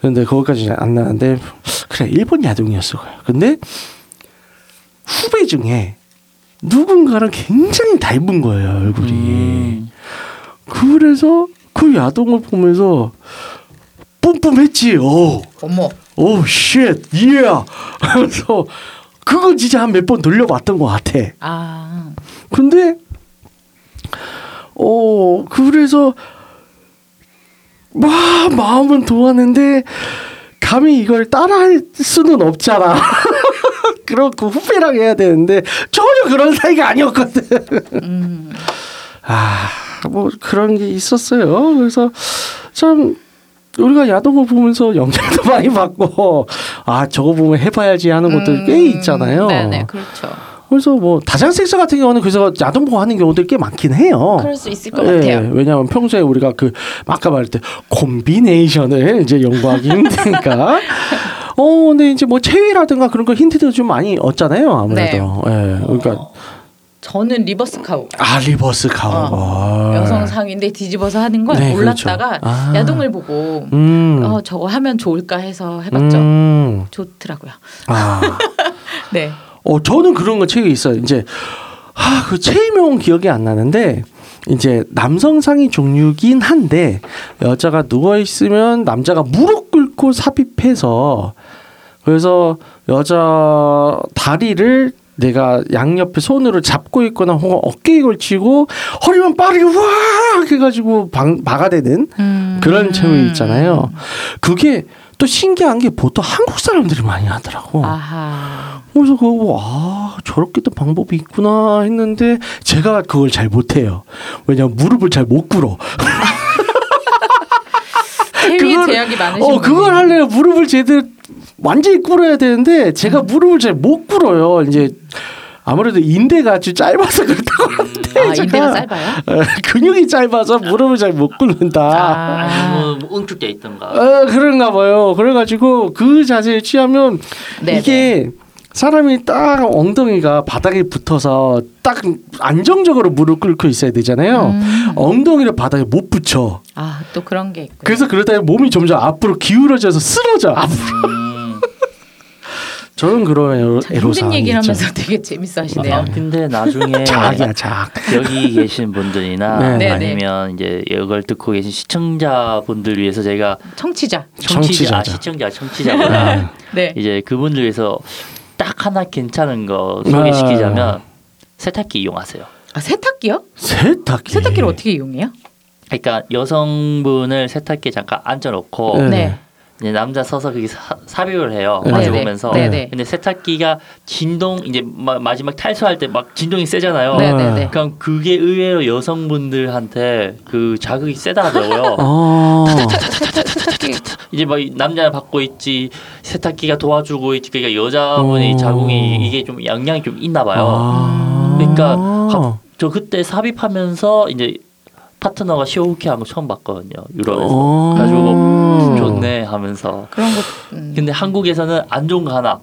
근데 그것까지 안 나는데 그래 일본 야동이었을 거예요. 근데 후배 중에 누군가랑 굉장히 닮은 거예요 얼굴이.
음.
그래서 그 야동을 보면서 뿜뿜했지. 오.
어머.
오, 쉣, 예! 그래서 그건 진짜 한 몇 번 돌려봤던 것 같아.
아
근데, 어, 그래서 막 마음은 도왔는데 감히 이걸 따라할 수는 없잖아. 그렇고 후배랑 해야 되는데 전혀 그런 사이가 아니었거든.
음.
아, 뭐 그런 게 있었어요. 그래서 참 우리가 야동을 보면서 영향도 많이 받고 아 저거 보면 해봐야지 하는 것들
음.
꽤 있잖아요.
네네 그렇죠.
그래서 뭐 다장 섹스 같은 경우는 그래서 야동 보고 하는 경우들 꽤 많긴 해요.
그럴 수 있을 것
예,
같아요.
왜냐하면 평소에 우리가 그 아까 말할 때 콤비네이션을 이제 연구하기 힘드니까. 어, 근데 이제 뭐 체위라든가 그런 거 힌트도 좀 많이 얻잖아요. 아무래도.
네.
예, 그러니까
어. 저는 리버스 카우.
아 리버스 가오. 아.
어. 여성 상인데 뒤집어서 하는 걸
네,
몰랐다가
그렇죠. 아.
야동을 보고
음.
어 저거 하면 좋을까 해서 해봤죠.
음.
좋더라고요.
아.
네.
어, 저는 그런 거 책이 있어요. 이제 아, 그 체이명은 기억이 안 나는데 이제 남성 상의 종류긴 한데 여자가 누워 있으면 남자가 무릎 꿇고 삽입해서 그래서 여자 다리를 내가 양옆에 손으로 잡고 있거나 혹은 어깨에 걸치고 허리만 빠르게 와악 해가지고 방, 막아대는
음.
그런 체위 있잖아요. 그게 또 신기한 게 보통 한국 사람들이 많이 하더라고.
아하.
그래서 그거 보고 아 저렇게도 방법이 있구나 했는데 제가 그걸 잘 못해요. 왜냐면 무릎을 잘 못 꿇어.
체위에
그걸-
제약이 많으신
어 그걸 하려면 무릎을 제대로 완전히 꿇어야 되는데 제가
음.
무릎을 잘 못 꿇어요. 이제 아무래도 인대가 아주 짧아서 그렇다고 하는데
아, 인대가
제가 어,
짧아요?
근육이 짧아서 무릎을 잘 못 꿇는다.
아.
아니 뭐 응축돼 있던가.
어, 그런가 봐요. 그래가지고 그 자세를 취하면
네네.
이게 사람이 딱 엉덩이가 바닥에 붙어서 딱 안정적으로 무릎 꿇고 있어야 되잖아요.
음.
엉덩이를 바닥에 못 붙여.
아, 또 그런 게 있고.
그래서 그러다 몸이 점점 앞으로 기울어져서 쓰러져. 앞으로.
음.
저는 그런 에로,
힘든
에로사항이
얘기를
있죠.
하면서 되게 재밌어
아,
하시네요.
근데 나중에
작이야 작.
여기 계신 분들이나
네. 네,
네.
아니면 이제 이걸 듣고 계신 시청자분들 위해서 제가
청취자.
청취자, 아,
청취자죠.
시청자, 청취자구나.
네.
이제 그분들 위해서 딱 하나 괜찮은 거
아.
소개시키자면 세탁기 이용하세요.
아, 세탁기요?
세탁기.
세탁기를 어떻게 이용해요?
그러니까 여성분을 세탁기에 잠깐 앉혀놓고
네.
네.
이제 남자 서서 그게 사- 삽입을 해요.
네.
가져오면서.
네, 네.
근데 세탁기가 진동 이제 마, 마지막 탈수할 때 막 진동이 세잖아요.
네, 네, 네.
그럼 그게 의외로 여성분들한테 그 자극이 세다 하더라고요.
어.
세탁기.
이제 막이 남자는 받고 있지 세탁기가 도와주고 있지 그러니까 여자분의
오.
자궁이 이게 좀 영향이 좀 있나 봐요.
아.
그러니까 갑- 저 그때 삽입하면서 이제 파트너가 시오우키한 거 처음 봤거든요. 유럽에서.
어.
뭐
가지고 좋네 하면서.
그런 거. 음.
근데 한국에서는 안 좋은 거 하나.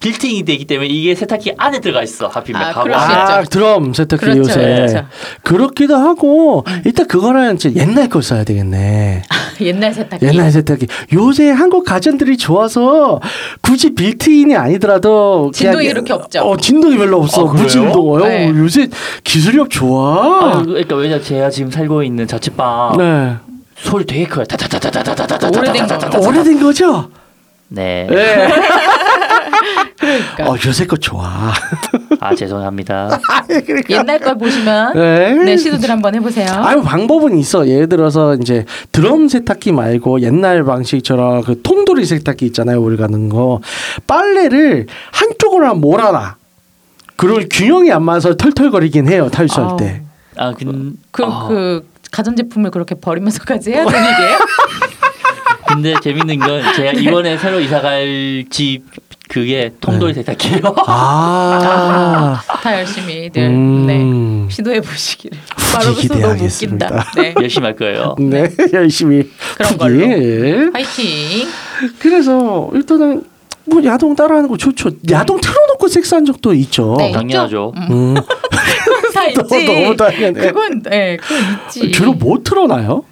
빌팅이 되기 때문에 이게 세탁기 안에 들어가 있어 하필이면
아,
가구
그럴 수
안에.
있죠.
아, 드럼 세탁기
그렇죠,
요새
그렇죠. 음.
그렇기도 하고 일단 그거는 이제 옛날 걸 써야 되겠네.
아, 옛날 세탁기.
옛날 세탁기 요새 한국 가전들이 좋아서 굳이 빌트인이 아니더라도 그냥-
진동이 그렇게 없죠.
어, 진동이 별로
아,
없어
그래요?
무진동어요.
네.
요새 기술력 좋아.
아, 그러니까 왜냐 제가 지금 살고 있는 자취방
네.
소리 되게 커요. 다다다다다다다다.
오래된 거.
오래된 거죠?
네.
네.
그러니까
어, 요새 거 좋아. 그러니까.
아 죄송합니다.
옛날 걸 보시면
네.
네 시도들 한번 해보세요.
아유 방법은 있어. 예를 들어서 이제 드럼 세탁기 말고 옛날 방식처럼 그 통돌이 세탁기 있잖아요. 우리 가는 거 빨래를 한쪽으로만 몰아놔. 그리고 균형이 안 맞아서 털털거리긴 해요. 탈수할
아우.
때.
아 근,
그럼
아,
그 가전제품을 그렇게 버리면서까지 해야 되는 게
근데 재밌는 건 제가 이번에 새로 이사갈 집 그게 통돌 세탁기요.
아.
다 열심히들
음.
네. 시도해 보시기를. 바로 부서 너무
기대하겠습니다.
웃긴다. 네.
열심히 할 거예요.
네 열심히.
그런
푸기.
걸로.
예.
화이팅.
그래서 일단은 뭐 야동 따라하는 거 좋죠. 야동 틀어놓고 섹스한 적도 있죠.
네.
당연하죠.
있죠?
음.
다 있지.
너무 당연해.
그건 예, 그건 있지. 음,
주로 뭐 틀어놔요?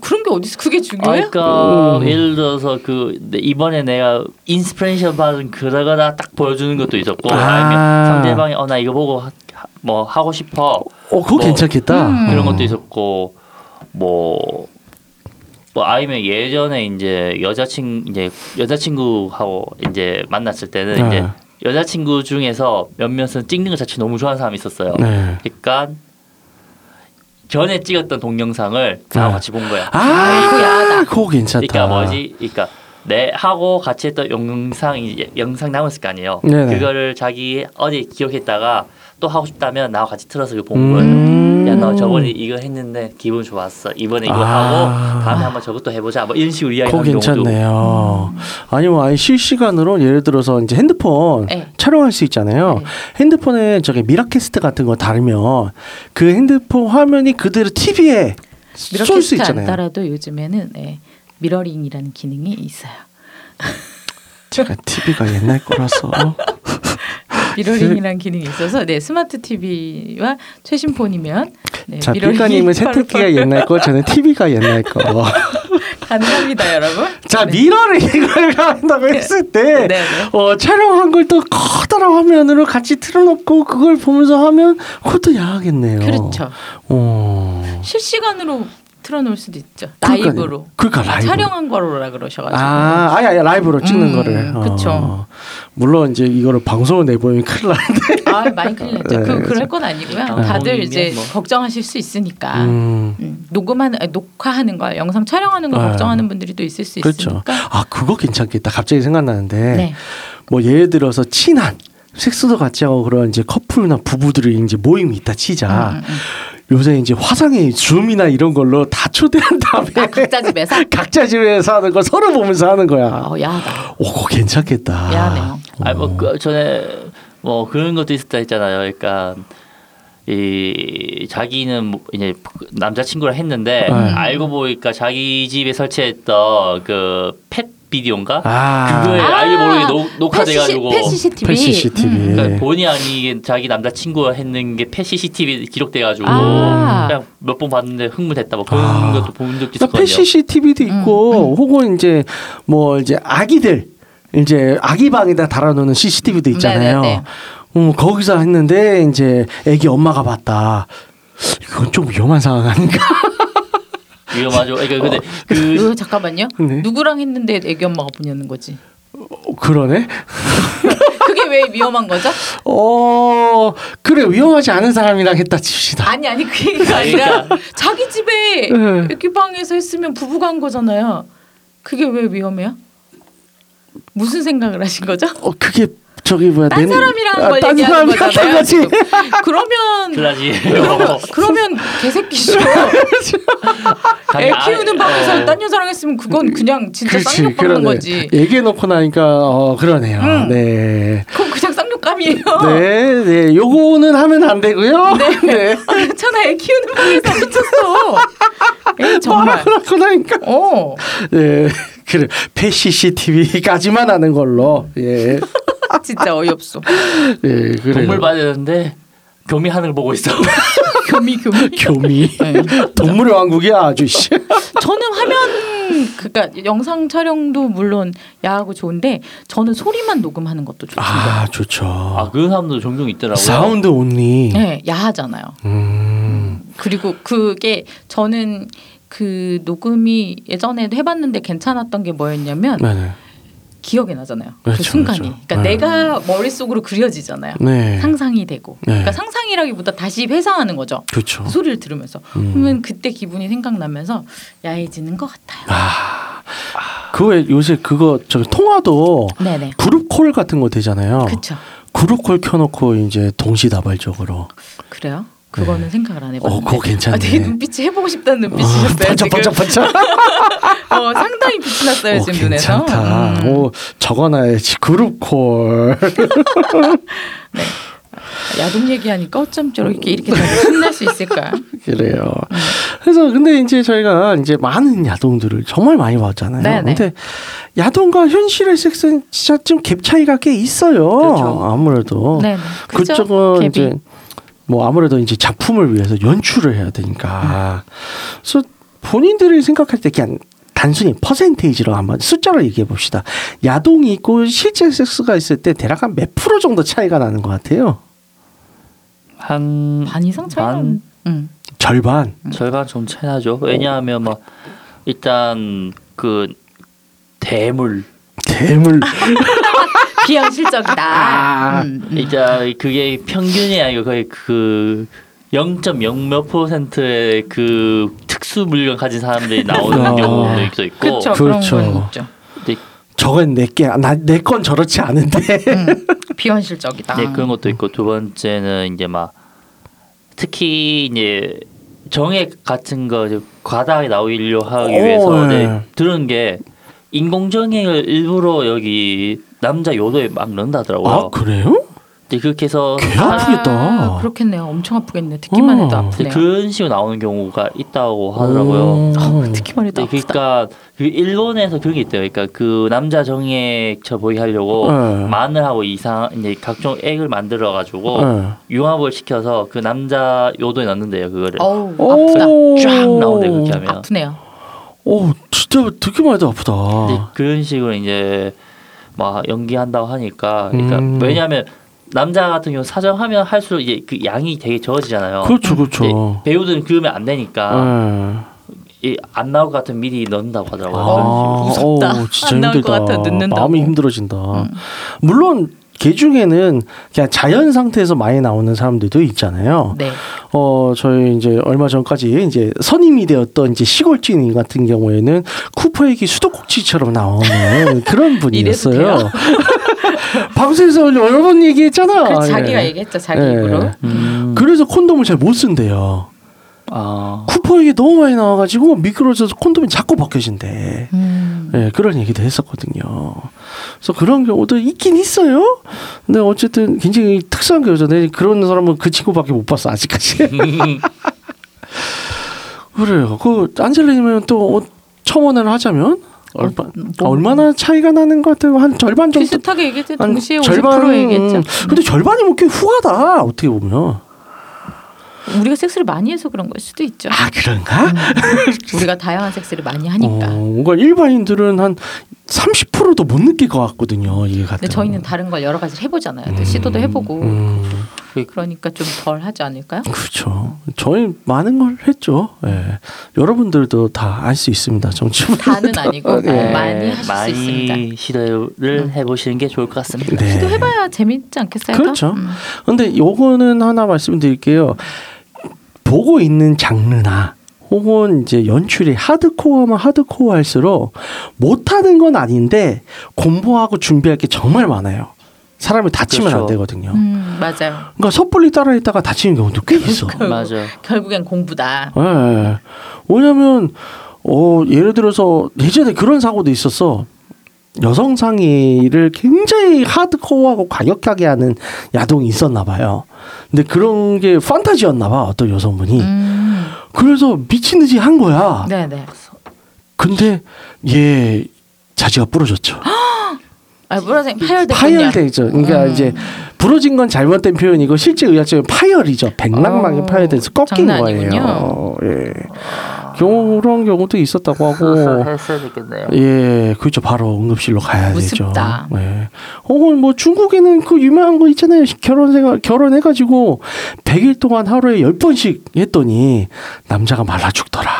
그런 게 어디 있어? 그게 중요해요?
그러니까
음.
예를 들어서 그 내- 이번에 내가 인스피레이션 받은 그러거나 딱 보여주는 것도 있었고
아.
아니면 상대방이 어 나 이거 보고 하, 하- 뭐 하고 싶어
어 그거
뭐,
괜찮겠다.
음.
그런 것도 있었고 뭐. 뭐 아니면 예전에 이제 여자친 이제 여자친구하고 이제 만났을 때는
네.
이제 여자친구 중에서 몇몇은 찍는 것 자체 너무 좋아하는 사람이 있었어요.
네.
그러니까 전에 찍었던 동영상을 다
네.
같이 본 거야.
아,
이거 야하다.
그거 괜찮다.
그러니까 뭐지? 그러니까 내 하고 같이 했던 영상 이제 영상 남았을 거 아니에요.
네네.
그거를 자기 어디 기억했다가 또 하고 싶다면 나와 같이 틀어서 이거 본
음.
거예요. 뭐, 야 너 저번에 이거 했는데 기분 좋았어. 이번에 이거
아.
하고 다음에 한번 저것도 해보자. 뭐 이런 식으로
그거
이야기하는 경우도
괜찮네요. 아니면 아예 실시간으로 예를 들어서 이제 핸드폰
네.
촬영할 수 있잖아요.
네.
핸드폰에 저기 미라캐스트 같은 거 다르면 그 핸드폰 화면이 그대로 TV에 쏠 수
미러캐스트 안
있잖아요.
따라도 요즘에는 예, 미러링이라는 기능이 있어요.
제가 TV가 옛날 거라서 아, 그
미러링이라는 기능이 있어서 네 스마트 TV와 최신 폰이면 네,
자
미러링이
필가님은
바로
세탁기가
바로
옛날 거, 저는 TV가 옛날 거.
가능합니다, 여러분.
자 미러를 이걸 한다고 했을 때
네, 네.
어, 촬영한 걸 또 커다란 화면으로 같이 틀어놓고 그걸 보면서 하면 그것도 야하겠네요.
그렇죠.
어.
실시간으로 틀어놓을 수도 있죠.
그러니까요.
라이브로.
그러니까 라이브.
촬영한 거로라 그러셔가지고.
아, 아니, 아니, 라이브로 찍는
음,
거를. 어.
그쵸.
물론 이제 이거를 방송을 내보면 큰일 나는데.
아, 많이 큰일 났죠.
네,
그,
그렇죠.
그럴 건 아니고요.
아,
다들
뭐
이제
뭐.
걱정하실 수 있으니까.
음,
음, 녹음하는, 아니, 녹화하는 걸, 영상 촬영하는 걸
아,
걱정하는 분들이 또 있을 수
그렇죠.
있으니까.
아, 그거 괜찮겠다. 갑자기 생각나는데.
네.
뭐 예를 들어서 친한 섹스도 같이 하고 그런 이제 커플이나 부부들이 이제 모임이 있다 치자.
음, 음,
요새 이제 화상의 줌이나 이런 걸로 다 초대한 다음에
아, 각자 집에서?
각자 집에서 하는 거 서로 보면서 하는 거야.
어, 야하다.
오, 그거
아.
괜찮겠다.
미안해요.
어.
아뭐 그 전에 뭐 그런 것도 있었다 했잖아요. 그러니까 이 자기는 뭐 이제 남자친구랑 했는데
네.
알고 보니까 자기 집에 설치했던 그 펫 비디오인가
아,
그거에
아.
알게 예, 모르게 녹, 녹화돼가지고
패시 음, CCTV.
펠 CCTV.
그러니까
예.
본의 아니게 자기 남자친구가 했는 게펫 CCTV 기록돼가지고
아.
그냥 몇 번 봤는데 흥분했다 뭐 그런
아.
것도 본 적도
그러니까
있었거든요.
펫
음,
CCTV도 있고 혹은 이제 뭐 이제 아기들 이제 아기 방에다 달아놓는 CCTV도 있잖아요.
네네네.
어, 거기서 했는데 이제 아기 엄마가 봤다. 이건 좀 위험한 상황 아닌가?
위험하죠. 그러니까 근데 그
으, 잠깐만요.
네.
누구랑 했는데 애기 엄마가 보냐는 거지.
어, 그러네.
그게 왜 위험한 거죠?
어 그래 위험하지 않은 사람이랑 했다 칩시다.
아니 아니 그 얘기가 아니라
그러니까.
자기 집에
네.
이렇게 방에서 했으면 부부가 한 거잖아요. 그게 왜 위험해요? 무슨 생각을 하신 거죠?
어 그게 저기 뭐야
딴
내-
사람이랑
아,
걸
딴
얘기하는
사람이랑 했던
거잖아요.
거지.
지금. 그러면
플라지 뭐
그러면 그러면 개새끼죠. 애 키우는
아, 어, 예.
방에서 딴 여자랑 했으면 그건 그냥 진짜 쌍욕 받는 거지. 음.
얘기해 놓고 나니까 어 그러네요.
응.
네.
그건 그냥 쌍욕감이에요.
네, 네, 요거는 하면 안 되고요. 네.
아, 괜찮아 애 키우는 방에서 미쳤어. 에이 정말.
말하고 나니까.
어.
예, 그래. 폐 CCTV까지만 하는 걸로. 예,
진짜 어이없어.
예, 그래.
동물 봐야 되는데 교미 하늘 보고 있어.
교미 교미.
교미.
네,
동물의 왕국이야, 아주 씨.
저는 화면 그러니까 영상 촬영도 물론 야하고 좋은데 저는 소리만 녹음하는 것도 좋습니다.
아, 좋죠.
아 그런 사람도 종종 있더라고요.
사운드 온리.
네, 야하잖아요.
음.
그리고 그게 저는 그 녹음이 예전에 해봤는데 괜찮았던 게 뭐였냐면
네네.
기억이 나잖아요. 그
그렇죠,
순간이.
그렇죠.
그러니까
네.
내가 머릿속으로 그려지잖아요.
네.
상상이 되고.
네.
그러니까 상상이라기보다 다시 회상하는 거죠.
그렇죠.
그 소리를 들으면서.
음.
그러면 그때 기분이 생각나면서 야해지는 것 같아요.
그왜 요새 그거 저 통화도
네네.
그룹 콜 같은 거 되잖아요.
그렇죠.
그룹 콜 켜놓고 이제 동시다발적으로
어, 그래요? 그거는 생각을 안 해봤는데.
어, 그거 괜찮네.
아, 되게 눈빛이 해보고 싶다는 눈빛이셨어요. 네, 지금.
아, 반짝반짝반짝.
어, 상당히 빛이 났어요
오,
지금
괜찮다. 어.
눈에서. 음.
오 적어놔야지 그룹 콜.
야동 얘기하니까 어쩜 저렇게 이렇게 다들 신날 수 있을까?
그래요. 그래서 근데 이제 저희가 이제 많은 야동들을 정말 많이 봤잖아요.
네네.
근데 야동과 현실의 섹스는 진짜 좀 갭 차이가 꽤 있어요.
그렇죠.
아무래도
네, 네. 그쵸?
어. 그쪽은
갭이.
이제 뭐 아무래도 이제 작품을 위해서 연출을 해야 되니까. 그래서 본인들이 생각할 때 그냥 단순히 퍼센테이지로 한번 숫자로 얘기해 봅시다. 야동이 있고 실제 섹스가 있을 때 대략 한 몇 프로 정도 차이가 나는 것 같아요.
한
반 이상 차이
반?
나는. 음. 응.
절반.
절반 좀 차이나죠. 왜냐하면 막 일단 그 대물
대물. 아.
비현실적이다. 음, 음.
일단 그게 평균이 아니고 거의 그 0.0몇 퍼센트의 그 특수 물건 가진 사람들이 나오는
어.
경우도 있고
그쵸 그런
그렇죠.
건 있죠.
저건 내게나내 건 저렇지 않은데.
음, 비현실적이다.
네 그런 것도 있고 두 번째는 이제 막 특히 이제 정액 같은 거 이제 과다하게 나오려 하기
오,
위해서
네.
네, 들은 게 인공정액을 일부러 여기 남자 요도에 막 넣는다더라고요.
아 그래요?
이제 그렇게 해서
개
사-
아프겠다.
아, 그렇겠네요. 엄청 아프겠네. 듣기만 해도
어.
이제
아프네요.
그런 식으로 나오는 경우가 있다고 하더라고요.
음.
어, 듣기만 해도
네,
아프다.
그러니까 그 일본에서 그런 게 있대요. 그러니까 그 남자 정액 저 보게 하려고
네.
마늘하고 이상 이제 각종 액을 만들어 가지고
네.
융합을 시켜서 그 남자 요도에 넣는데요. 그거를
그러니까
어우 아프다.
오.
쫙 나오네 그렇게 하면.
아프네요.
오 진짜 듣기만 해도 아프다.
근데 그런 식으로 이제 막 연기한다고 하니까 그러니까
음.
왜냐하면 남자 같은 경우 사정하면 할수록 이제 그 양이 되게 적어지잖아요. 이제
그렇죠 그렇죠.
배우들은 그러면 안 되니까
네.
이 안 나올 것 같은 미리 넣는다고 하더라고요.
아.
그런 식으로.
무섭다.
어우, 진짜
안 나올
힘들다.
것 같아, 늦는다고.
마음이 힘들어진다. 물론 개 중에는 그냥 자연 상태에서 많이 나오는 사람들도 있잖아요.
네.
어 저희 이제 얼마 전까지 이제 선임이 되었던 이제 시골주인 같은 경우에는 쿠퍼에게 수도꼭지처럼 나오는 그런
이래도
분이었어요. 밤새서 여러 번 얘기했잖아.
그 자기가
예.
얘기했죠. 자기
예.
입으로.
음.
그래서 콘돔을 잘 못 쓴대요.
아.
쿠퍼에게 너무 많이 나와가지고 미끄러져서 콘돔이 자꾸 벗겨진대.
음.
예, 그런 얘기도 했었거든요. 그래서 그런 경우도 있긴 있어요. 근데 어쨌든 굉장히 특수한 경우잖아요. 그런 사람은 그 친구밖에 못 봤어 아직까지. 그래요. 그 안젤리님은 또 어, 첨언을 하자면 얼마,
어, 뭐.
아, 얼마나 차이가 나는 것 같아요. 한 절반 정도.
비슷하게 얘기했죠.
한
동시에 50%
절반은-
얘기했죠.
근데 절반이면 뭐 꽤 후하다 어떻게 보면.
우리가 섹스를 많이 해서 그런 걸 수도 있죠.
아 그런가?
우리가 다양한 섹스를 많이 하니까.
어, 뭔가 일반인들은 한 30%도 못 느낄 것 같거든요. 이게 같은.
근데 저희는 다른 걸 여러 가지를 해보잖아요. 또 시도도 해보고
음.
그러니까 좀 덜 하지 않을까요?
그렇죠. 저희 많은 걸 했죠. 예. 여러분들도 다 알 수 있습니다. 정치부.
다는 아니고 어,
네.
많이 하실
네, 많이
수 있습니다. 음.
시도를 해보시는 게 좋을 것 같습니다.
또
네.
해봐야 재밌지 않겠어요?
그렇죠.
음.
근데 요거는 하나 말씀드릴게요. 보고 있는 장르나 혹은 이제 연출이 하드코어면 하드코어할수록 못하는 건 아닌데 공부하고 준비할 게 정말 많아요. 사람이 다치면 안
그렇죠.
되거든요.
음, 맞아요.
그러니까 섣불리 따라했다가 다치는 경우도 꽤 있어.
맞아.
결국엔 공부다.
예, 예. 왜냐면 어 예를 들어서 예전에 그런 사고도 있었어. 여성 상의를 굉장히 하드코어하고 과격하게 하는 야동이 있었나 봐요. 근데 그런 게 판타지였나 봐 어떤 여성분이.
음,
그래서 미친 듯이 한 거야.
네네.
근데 얘 자지가 부러졌죠.
아, 무라생 파열됐군요.
파열되죠. 그러니까
음.
이제 부러진 건 잘못된 표현이고 실제 의학적으로 파열이죠. 백랑망이
어,
파열돼서 꺾인
장난
거예요.
아니군요.
예. 그런 경우도 있었다고
음.
하고
했어야 되겠네요.
예, 그렇죠. 바로 응급실로 가야
무섭다.
되죠. 예. 혹은 뭐 중국에는 그 유명한 거 있잖아요. 결혼 생활 결혼해 가지고 100일 동안 하루에 10번씩 했더니 남자가 말라 죽더라.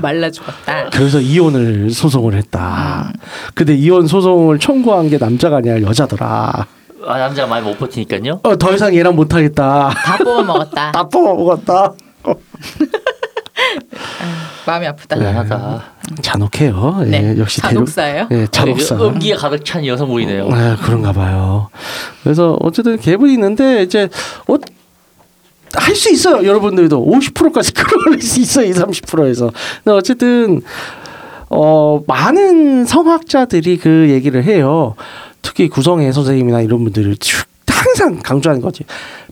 말라 죽었다.
그래서 이혼을 소송을 했다.
음.
근데 이혼 소송을 청구한 게 남자가 아니라 여자더라.
아 남자가 많이 못 버티니까요.
어, 더 이상 얘랑 못하겠다.
다 뽑아 먹었다.
다 뽑아먹었다.
마음이 아프다.
네,
대단하다.
잔혹해요. 예,
네.
역시
잔혹사예요? 어,
대륙, 예, 잔혹사.
아, 음기에 가득 찬 여성 모이네요.
아, 그런가 봐요. 그래서 어쨌든 갭은 있는데 이제 어, 할 수 있어요. 여러분들도 50%까지 끌어올릴 수 있어요. 20, 30%에서. 근데 어쨌든 어, 많은 성학자들이 그 얘기를 해요. 특히 구성의 선생님이나 이런 분들이 쭉 항상 강조하는 거지.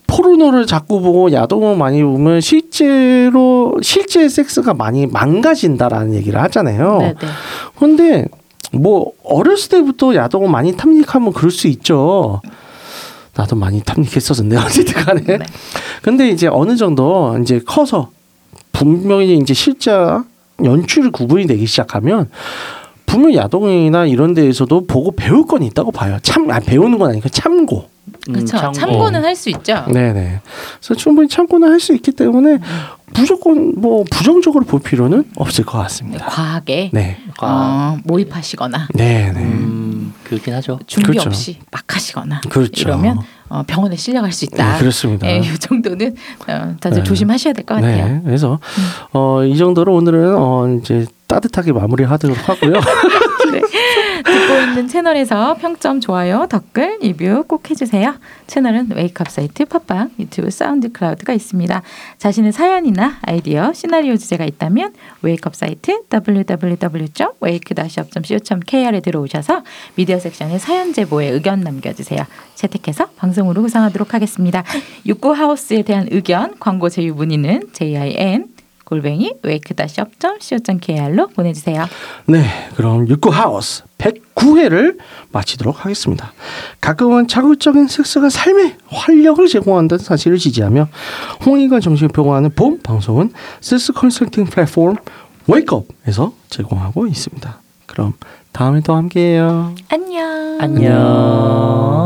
포르노를 자꾸 보고 야동을 많이 보면 실제로 실제 섹스가 많이 망가진다라는 얘기를 하잖아요.
네, 네.
근데 뭐 어렸을 때부터 야동을 많이 탐닉하면 그럴 수 있죠. 나도 많이 탐닉했었는데 어쨌든 간에.
네.
근데 이제 어느 정도 이제 커서 분명히 이제 실제와 연출이 구분이 되기 시작하면 분명 야동이나 이런 데에서도 보고 배울 건 있다고 봐요. 참 아, 배우는 건 아니고 음, 참고.
그렇죠.
음,
참고는 할 수 있죠.
네네. 그래서 충분히 참고는 할 수 있기 때문에 무조건 뭐 부정적으로 볼 필요는 없을 것 같습니다.
과하게
네.
아,
어, 모입하시거나
네네.
음, 그렇긴 하죠.
준비
그렇죠.
없이 막 하시거나
그렇죠.
이러면 어, 병원에 실려갈 수 있다.
네, 그렇습니다.
예, 이 정도는 어, 다들
네.
조심하셔야 될 것 같아요.
네, 그래서 어, 이 정도로 오늘은 어, 이제 따뜻하게 마무리하도록 하고요.
듣고 있는 채널에서 평점, 좋아요, 댓글, 리뷰 꼭 해주세요. 채널은 웨이크업 사이트, 팟빵, 유튜브, 사운드 클라우드가 있습니다. 자신의 사연이나 아이디어, 시나리오 주제가 있다면 웨이크업 사이트 www.wake-up.co.kr에 들어오셔서 미디어 섹션의 사연 제보에 의견 남겨주세요. 채택해서 방송으로 구성하도록 하겠습니다. 육구하우스에 대한 의견, 광고 제휴 문의는 JIN 골뱅이 wake-up.co.kr로 보내주세요.
네, 그럼 육구 하우스 109회를 마치도록 하겠습니다. 가끔은 자극적인 섹스가 삶에 활력을 제공한다는 사실을 지지하며 홍익과 정신을 표방하는 봄 방송은 섹스 컨설팅 플랫폼 웨이크업에서 제공하고 있습니다. 그럼 다음에 또 함께해요.
안녕.
안녕.